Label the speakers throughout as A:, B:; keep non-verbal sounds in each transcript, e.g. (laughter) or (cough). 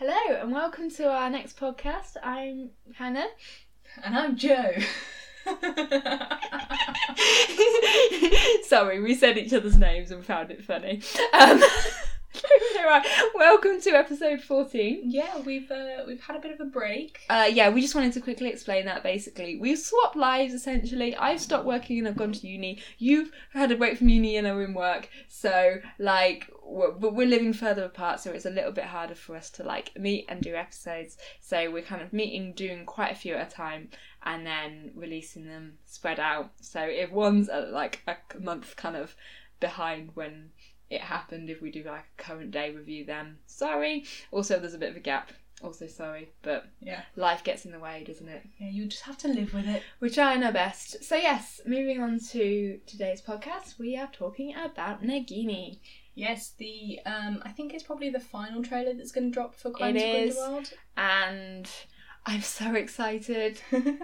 A: and welcome to our next podcast. I'm Hannah.
B: And I'm Joe.
A: (laughs)
B: (laughs)
A: Sorry, we said each other's names and found it funny. Um, (laughs) right, welcome to episode 14.
B: yeah, we've uh, we've had a bit of a break.
A: Uh, yeah, we just wanted to quickly explain that basically. We've swapped lives essentially. I've stopped working and I've gone to uni. You've had a break from uni and are in work. So, like, we're, but we're living further apart, so it's a little bit harder for us to, like, meet and do episodes. So, we're kind of meeting, doing quite a few at a time, and then releasing them spread out. So, if one's uh like a c- month kind of behind when it happened, if we do like a current day review, then sorry. Also, there's a bit of a gap. Also, sorry, but
B: Yeah.
A: life gets in the way, doesn't it?
B: yeah, you just have to live with it.
A: We're trying our best. So, yes, moving on to today's podcast, we are talking about Nagini.
B: Yes, the um, I think it's probably the final trailer that's going to drop for
A: It
B: Crimes of
A: is.
B: Grindelwald.
A: And I'm so excited.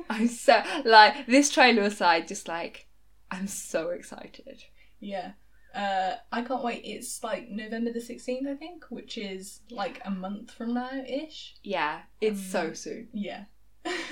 A: I'm so, like, this trailer aside, just like, I'm so excited.
B: (laughs) yeah. Uh, I can't wait. It's like November the 16th, I think, which is like a month from now ish.
A: Yeah, it's so
B: Um, (laughs)
A: soon.
B: Yeah.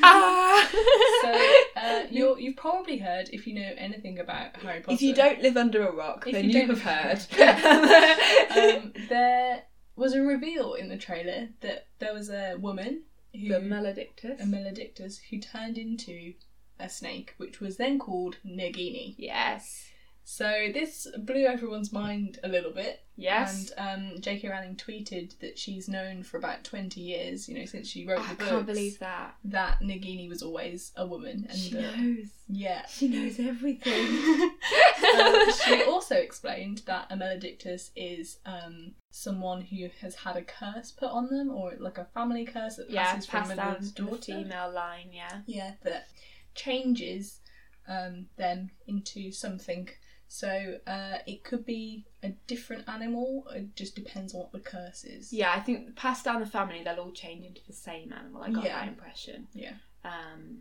A: Ah!
B: (laughs) so
A: (laughs)
B: uh, you're, you've probably heard, if you know anything about Harry Potter.
A: if you don't live under a rock,
B: If
A: then
B: you
A: you,
B: don't-
A: have heard. (laughs)
B: (laughs) um, there was a reveal in the trailer that there was a woman who
A: the Maledictus.
B: a maledictus who turned into a snake, which was then called Nagini.
A: yes.
B: So this blew everyone's mind a little bit,
A: Yes.
B: and um, J.K. Rowling tweeted that she's known for about twenty years, you know, since she wrote
A: Oh, I
B: the books,
A: can't believe that.
B: that Nagini was always a woman, and uh,
A: She
B: that,
A: knows. (laughs)
B: yeah. (laughs)
A: She knows (laughs) everything. (laughs)
B: Um, she also explained that a maledictus is um, someone who has had a curse put on them, or like a family curse that (laughs)
A: yeah,
B: passes from
A: passed down
B: mother's
A: to the
B: daughter.
A: female line. Yeah,
B: yeah, that changes um, them into something. So uh, it could be a different animal. It just depends on what the curse is.
A: yeah. I think passed down the family, they'll all change into the same animal. I got
B: Yeah.
A: that impression.
B: Yeah.
A: Um,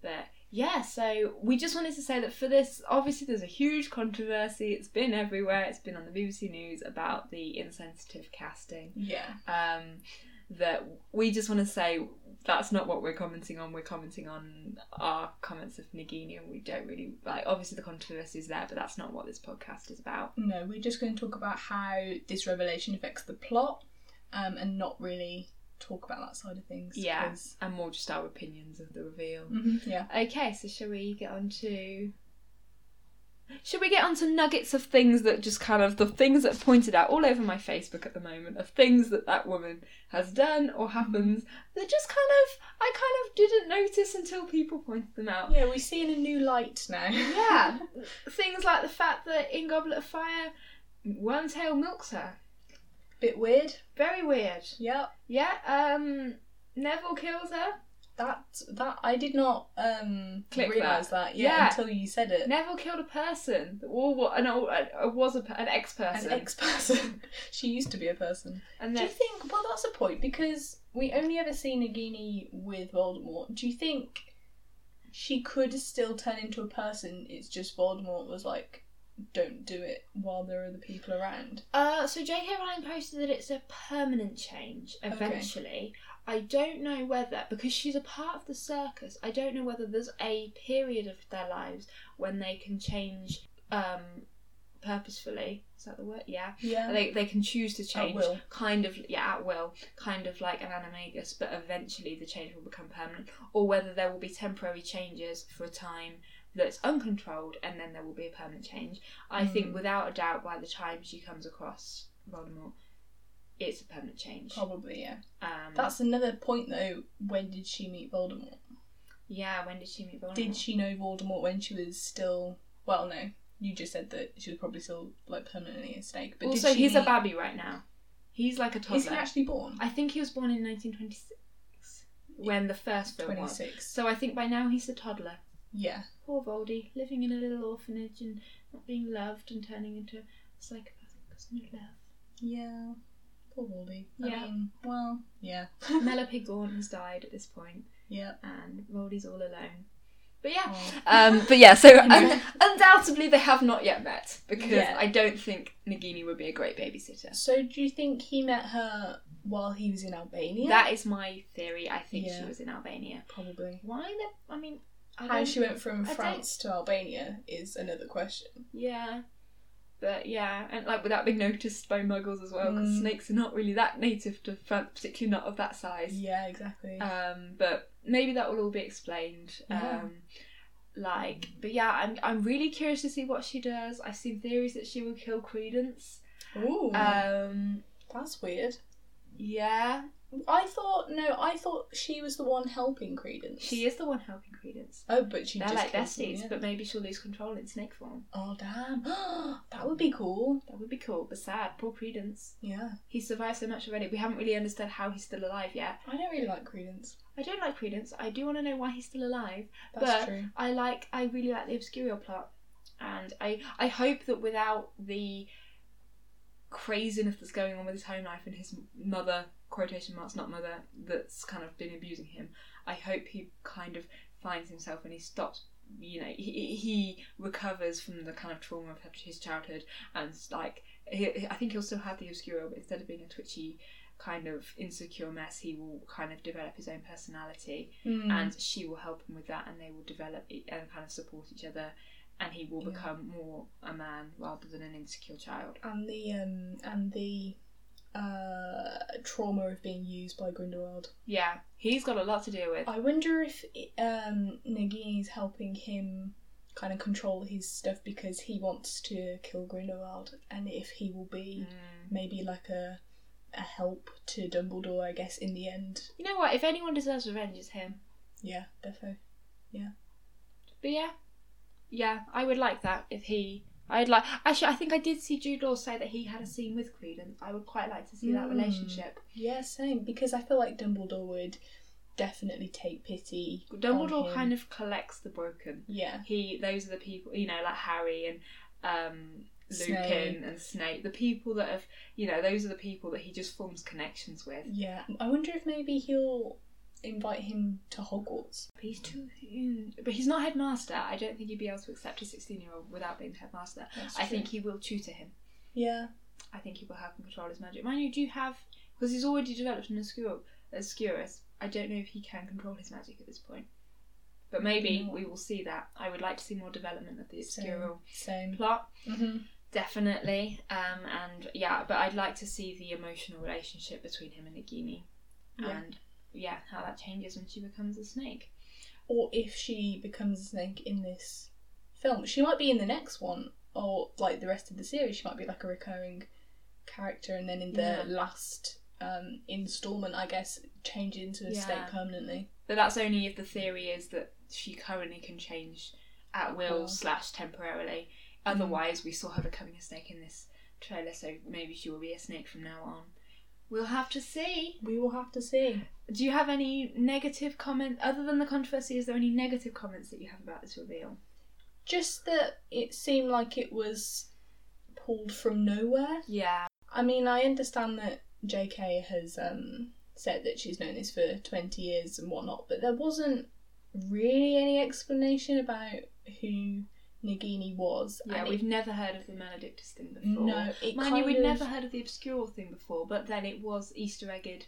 A: but yeah, so we just wanted to say that for this, obviously, there's a huge controversy. It's been everywhere. It's been on the BBC News about the insensitive casting.
B: Yeah.
A: um, that we just want to say that's not what we're commenting on. We're commenting on our comments of Nagini, and we don't really like. Obviously, the controversy is there, but that's not what this podcast is about.
B: No, we're just going to talk about how this revelation affects the plot, um, and not really talk about that side of things.
A: Yeah.
B: 'cause-
A: And more just our opinions of the reveal.
B: Mhm, yeah.
A: Okay, so shall we get on to? Should we get on to nuggets of things that just kind of the things that are pointed out all over my Facebook at the moment of things that that woman has done or happens that just kind of I kind of didn't notice until people pointed them out.
B: Yeah, we see in a new light now.
A: Yeah, things like the fact that in Goblet of Fire, Wormtail milks her.
B: (laughs) Bit weird.
A: Very weird.
B: Yep.
A: Yeah. Um, Neville kills her.
B: That that I did not um
A: Click
B: realize that, yet
A: Yeah.
B: until you said it.
A: Neville killed a person. Or what? An old, uh, was a, per- an ex-person.
B: An ex person. (laughs) she used to be a person.
A: and
B: Do
A: then
B: you think? Well, that's a point because we only ever see Nagini with Voldemort. Do you think she could still turn into a person? It's just Voldemort was like, "Don't do it while there are other people around."
A: uh, so J.K. Rowling posted that it's a permanent change.
B: Okay.
A: Eventually, I don't know whether because she's a part of the circus. I don't know whether there's a period of their lives when they can change um, purposefully. Is that the word? Yeah.
B: Yeah.
A: They, they can choose to
B: At
A: change.
B: will.
A: Kind of, yeah, at will. Kind of like an animagus, but eventually the change will become permanent. Or whether there will be temporary changes for a time that's uncontrolled and then there will be a permanent change. I
B: Mm.
A: think without a doubt, by the time she comes across Voldemort, it's a permanent change.
B: Probably, yeah.
A: Um,
B: Oh, That's another point, though. When did she meet Voldemort?
A: yeah, when did she meet Voldemort?
B: Did she know Voldemort when she was still? Well, no. You just said that she was probably still like permanently a snake. But
A: also,
B: did she
A: he's a
B: meet-
A: babby right now. He's like a toddler.
B: Is he actually born?
A: I think he was born in 1926 when the first film
B: Twenty
A: was.
B: six.
A: So I think by now he's a toddler.
B: Yeah.
A: Poor Voldy, living in a little orphanage and not being loved and turning into a psychopath because no love.
B: Yeah. Poor Baldy.
A: Yeah.
B: I mean, well,
A: (laughs)
B: yeah.
A: Mella Piggorn has died at this point,
B: yeah.
A: and Voldy's all alone. But yeah.
B: Oh.
A: Um, but yeah, (laughs) so
B: Anyway.
A: undoubtedly they have not yet met because
B: Yeah.
A: I don't think Nagini would be a great babysitter.
B: So do you think he met her while he was in Albania.
A: That is my theory. I think she
B: Yeah.
A: was in Albania.
B: probably.
A: Why the? I mean, I
B: How
A: don't-
B: she went from
A: I don't-
B: France to Albania is another question.
A: Yeah. But yeah, and like without being noticed by muggles as well, because
B: Mm.
A: snakes are not really that native to France, particularly not of that size.
B: Yeah, exactly.
A: Um, but maybe that will all be explained.
B: Yeah.
A: Um, like, but yeah, I'm I'm really curious to see what she does. I've seen theories that she will kill Credence.
B: Ooh,
A: Um,
B: that's weird.
A: yeah,
B: I thought no, I thought she was the one helping Credence.
A: she is the one helping Credence.
B: Oh, but she
A: They're
B: just
A: like
B: kills him,
A: besties,
B: yeah.
A: but maybe she'll lose control in snake form.
B: Oh damn, (gasps) that would be cool.
A: That would be cool, but sad. Poor Credence.
B: Yeah,
A: He survived so much already. We haven't really understood how he's still alive yet.
B: I don't really like Credence.
A: I don't like Credence. I do want to know why he's still alive.
B: That's
A: But-
B: true.
A: I like. I really like the Obscurial plot, and I I hope that without the craziness that's going on with his home life and his mother quotation marks not mother that's kind of been abusing him. I hope he kind of finds himself and he stops. You know, he, he recovers from the kind of trauma of his childhood, and like he, I think he'll still have the Obscurial, but instead of being a twitchy kind of insecure mess, he will kind of develop his own personality
B: Hmm.
A: and she will help him with that and they will develop e- and kind of support each other and he will
B: Yeah.
A: become more a man rather than an insecure child
B: and the um and the uh trauma of being used by Grindelwald.
A: yeah he's got a lot to deal with
B: I wonder if um Nagini's helping him kind of control his stuff because he wants to kill Grindelwald and if he will be
A: Mm.
B: maybe like a a help to Dumbledore, I guess, in the end.
A: you know what if anyone deserves revenge it's him
B: Yeah, defo.
A: but yeah yeah i would like that if he i'd like actually i think i did see jude law say that he had a scene with credence i would quite like to see that
B: Mm.
A: relationship
B: Yeah, same, because I feel like Dumbledore would definitely take pity. on
A: dumbledore
B: him.
A: kind of collects the broken
B: Yeah.
A: he those are the people you know like harry and um lupin
B: Snape.
A: and snape the people that have you know those are the people that he just forms connections with
B: Yeah. I wonder if maybe he'll invite him to Hogwarts.
A: but he's too but he's not headmaster i don't think he'd be able to accept a 16 year old without being the headmaster
B: That's
A: i
B: true.
A: think he will tutor him
B: Yeah.
A: i think he will help him control his magic mind you do have because he's already developed an obscure obscurus i don't know if he can control his magic at this point but maybe
B: No.
A: we will see that i would like to see more development of the
B: So-
A: obscure
B: Same.
A: plot
B: hmm
A: Definitely, um, and yeah, but I'd like to see the emotional relationship between him and Nagini,
B: Yeah.
A: and yeah, how that changes when she becomes a snake.
B: Or if she becomes a snake in this film, she might be in the next one, or like the rest of the series, she might be like a recurring character, and then in the
A: Yeah.
B: last um, installment, I guess, change into a
A: Yeah.
B: snake permanently.
A: But that's only if the theory is that she currently can change at will Mm-hmm.
B: Well.
A: slash temporarily. Otherwise, we saw her becoming a snake in this trailer, so maybe she will be a snake from now on. We'll have to see.
B: We will have to see.
A: Do you have any negative comment other than the controversy? Is there any negative comments that you have about this reveal?
B: Just that it seemed like it was pulled from nowhere.
A: Yeah,
B: I mean, I understand that JK has um, said that she's known this for 20 years and whatnot, but there wasn't really any explanation about who Nagini was.
A: Yeah,
B: and
A: we've
B: it-
A: never heard of the Maledictus thing before.
B: No, it
A: Mind
B: kind
A: you, we'd
B: of,
A: never heard of the Obscure thing before, but then it was Easter egged.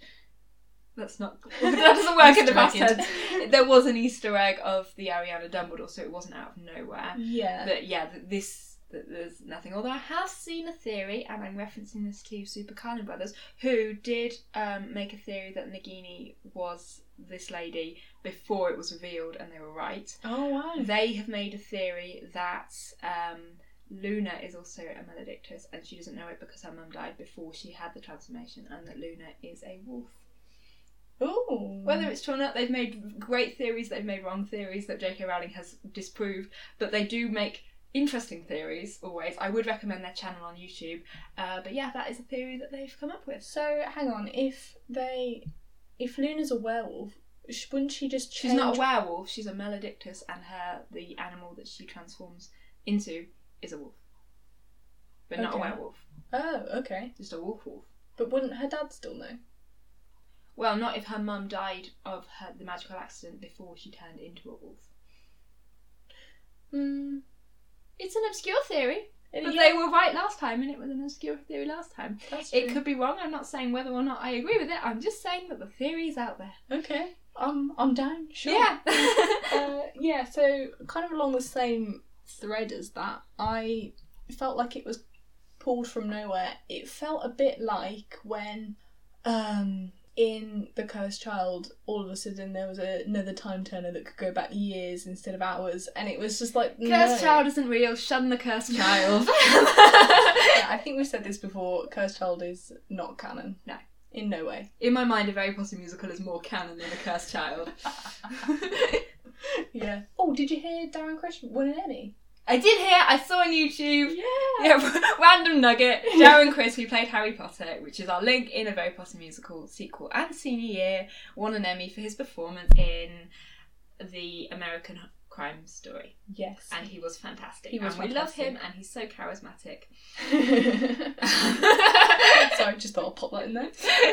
A: That's not. (laughs)
B: (laughs)
A: That doesn't work in the past
B: Easter egged.
A: tense.
B: (laughs)
A: There was an Easter egg of the Ariana Dumbledore, so it wasn't out of nowhere.
B: Yeah.
A: But yeah, th- this. th- There's nothing. Although I have seen a theory, and I'm referencing this to Super Carlin Brothers, who did um, make a theory that Nagini was this lady before it was revealed, and they were right
B: oh, wow.
A: they have made a theory that um, Luna is also a maledictus and she doesn't know it because her mum died before she had the transformation and that Luna is a wolf.
B: Ooh.
A: Whether it's true or not, they've made great theories, they've made wrong theories that J.K. Rowling has disproved, but they do make interesting theories always. I would recommend their channel on YouTube. Uh, but yeah, that is a theory that they've come up with.
B: So, hang on, if they. If Luna's a werewolf, sh- wouldn't she just
A: She's
B: change?
A: not a werewolf, she's a maledictus and her the animal that she transforms into is a wolf. But not a
B: Okay.
A: werewolf,
B: Oh, okay.
A: just a wolf wolf.
B: But wouldn't her dad still know?
A: Well, not if her mum died of her, the magical accident before she turned into a wolf.
B: Hmm.
A: It's an obscure theory.
B: And
A: But
B: yeah,
A: they were right last time, and it was an obscure theory last time.
B: that's
A: It
B: true.
A: could be wrong. I'm not saying whether or not I agree with it. I'm just saying that the theory's out there.
B: Okay. I'm I'm down. Sure.
A: (laughs) Yeah.
B: uh, yeah, so kind of along the same thread as that, I felt like it was pulled from nowhere. It felt a bit like when um in The Cursed Child, all of a sudden there was another time turner that could go back years instead of hours, and it was just like
A: cursed
B: no.
A: (laughs) child isn't real. Shun the (laughs) cursed child.
B: Yeah, I think we've said this before. Cursed Child is not canon.
A: No.
B: in no way.
A: In my mind, a Very Potter musical is more canon than a cursed child.
B: Yeah. Oh, did you hear Darren Crish won an Emmy?
A: (laughs) I did hear. I saw on YouTube.
B: Yeah.
A: Yeah, (laughs) random nugget. Darren Chris, who played Harry Potter, which is our link in a Very Potter musical sequel and senior year, won an Emmy for his performance in the American Crime Story,
B: Yes.
A: and (laughs) he was fantastic.
B: He was
A: and we love
B: fantastic.
A: him, and he's so charismatic.
B: (laughs)
A: (laughs)
B: Sorry, just thought I'll pop that in there.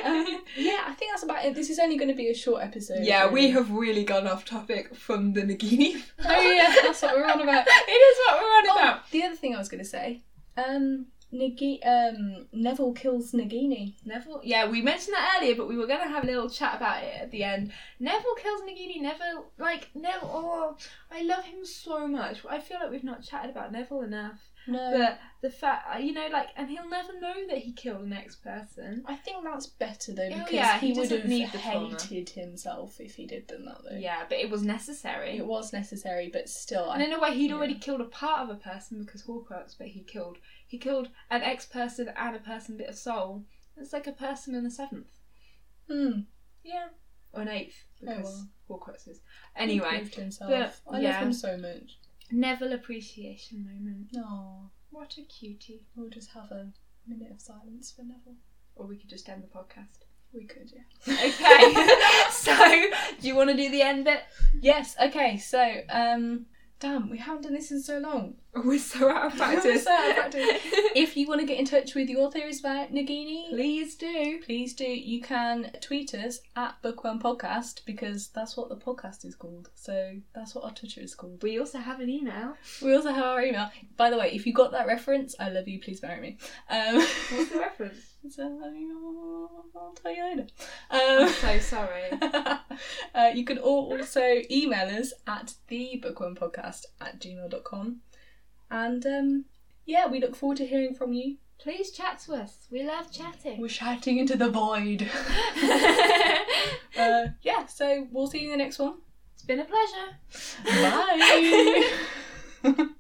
B: Um, yeah, I think that's about it. This is only going to be a short episode.
A: yeah, we
B: really.
A: have really gone off topic from the Nagini.
B: (laughs) Oh yeah, that's what we're on about.
A: (laughs) It is what we're on
B: Oh,
A: about.
B: the other thing I was going to say, um, Nagi- um, Neville kills Nagini.
A: Neville. Yeah, we mentioned that earlier, but we were gonna have a little chat about it at the end. Neville kills Nagini. Neville, like Neville. Oh, I love him so much. I feel like we've not chatted about Neville enough.
B: No,
A: But the fact, you know, like, and he'll never know that he killed the next person.
B: I think that's better though
A: Oh,
B: because
A: yeah,
B: he,
A: he
B: would
A: doesn't
B: have
A: need the trauma.
B: hated himself if he did done that though.
A: Yeah, but it was necessary.
B: It was necessary, but still,
A: And
B: I,
A: in a way, he'd
B: Yeah.
A: already killed a part of a person because Horcrux, but he killed he killed an ex person and a person bit of soul. It's like a person and a seventh,
B: Hmm,
A: yeah, or an eighth
B: Oh,
A: because Horcruxes.
B: he
A: Anyway,
B: proved himself.
A: but,
B: I
A: yeah.
B: love him so much.
A: Neville appreciation moment.
B: No,
A: What a cutie!
B: we'll just have a minute of silence for Neville.
A: Or we could just end the podcast.
B: We could, yeah.
A: Okay, (laughs) so do you want to do the end bit?
B: (laughs) Yes, okay, so um damn, we haven't done this in so long.
A: (laughs) We're so out of practice.
B: So out of practice.
A: (laughs)
B: If you want to get in touch with your theories about Nagini,
A: Please do.
B: please do. You can tweet us at Bookworm Podcast because that's what the podcast is called. So that's what our Twitter is called.
A: We also have an email.
B: We also have our email. By the way, if you got that reference, I love you, please marry me. Um (laughs)
A: What's the (laughs) reference?
B: so I'll tell you later.
A: I'm
B: Um
A: so sorry.
B: (laughs) uh, you can al- also email us at thebookwormpodcast at gmail.com. And um, yeah, we look forward to hearing from you.
A: Please chat to us. We love chatting. (laughs)
B: We're shouting into the void. uh, yeah, so we'll see you in the next one.
A: (laughs)
B: (laughs)
A: it's been a pleasure.
B: Bye!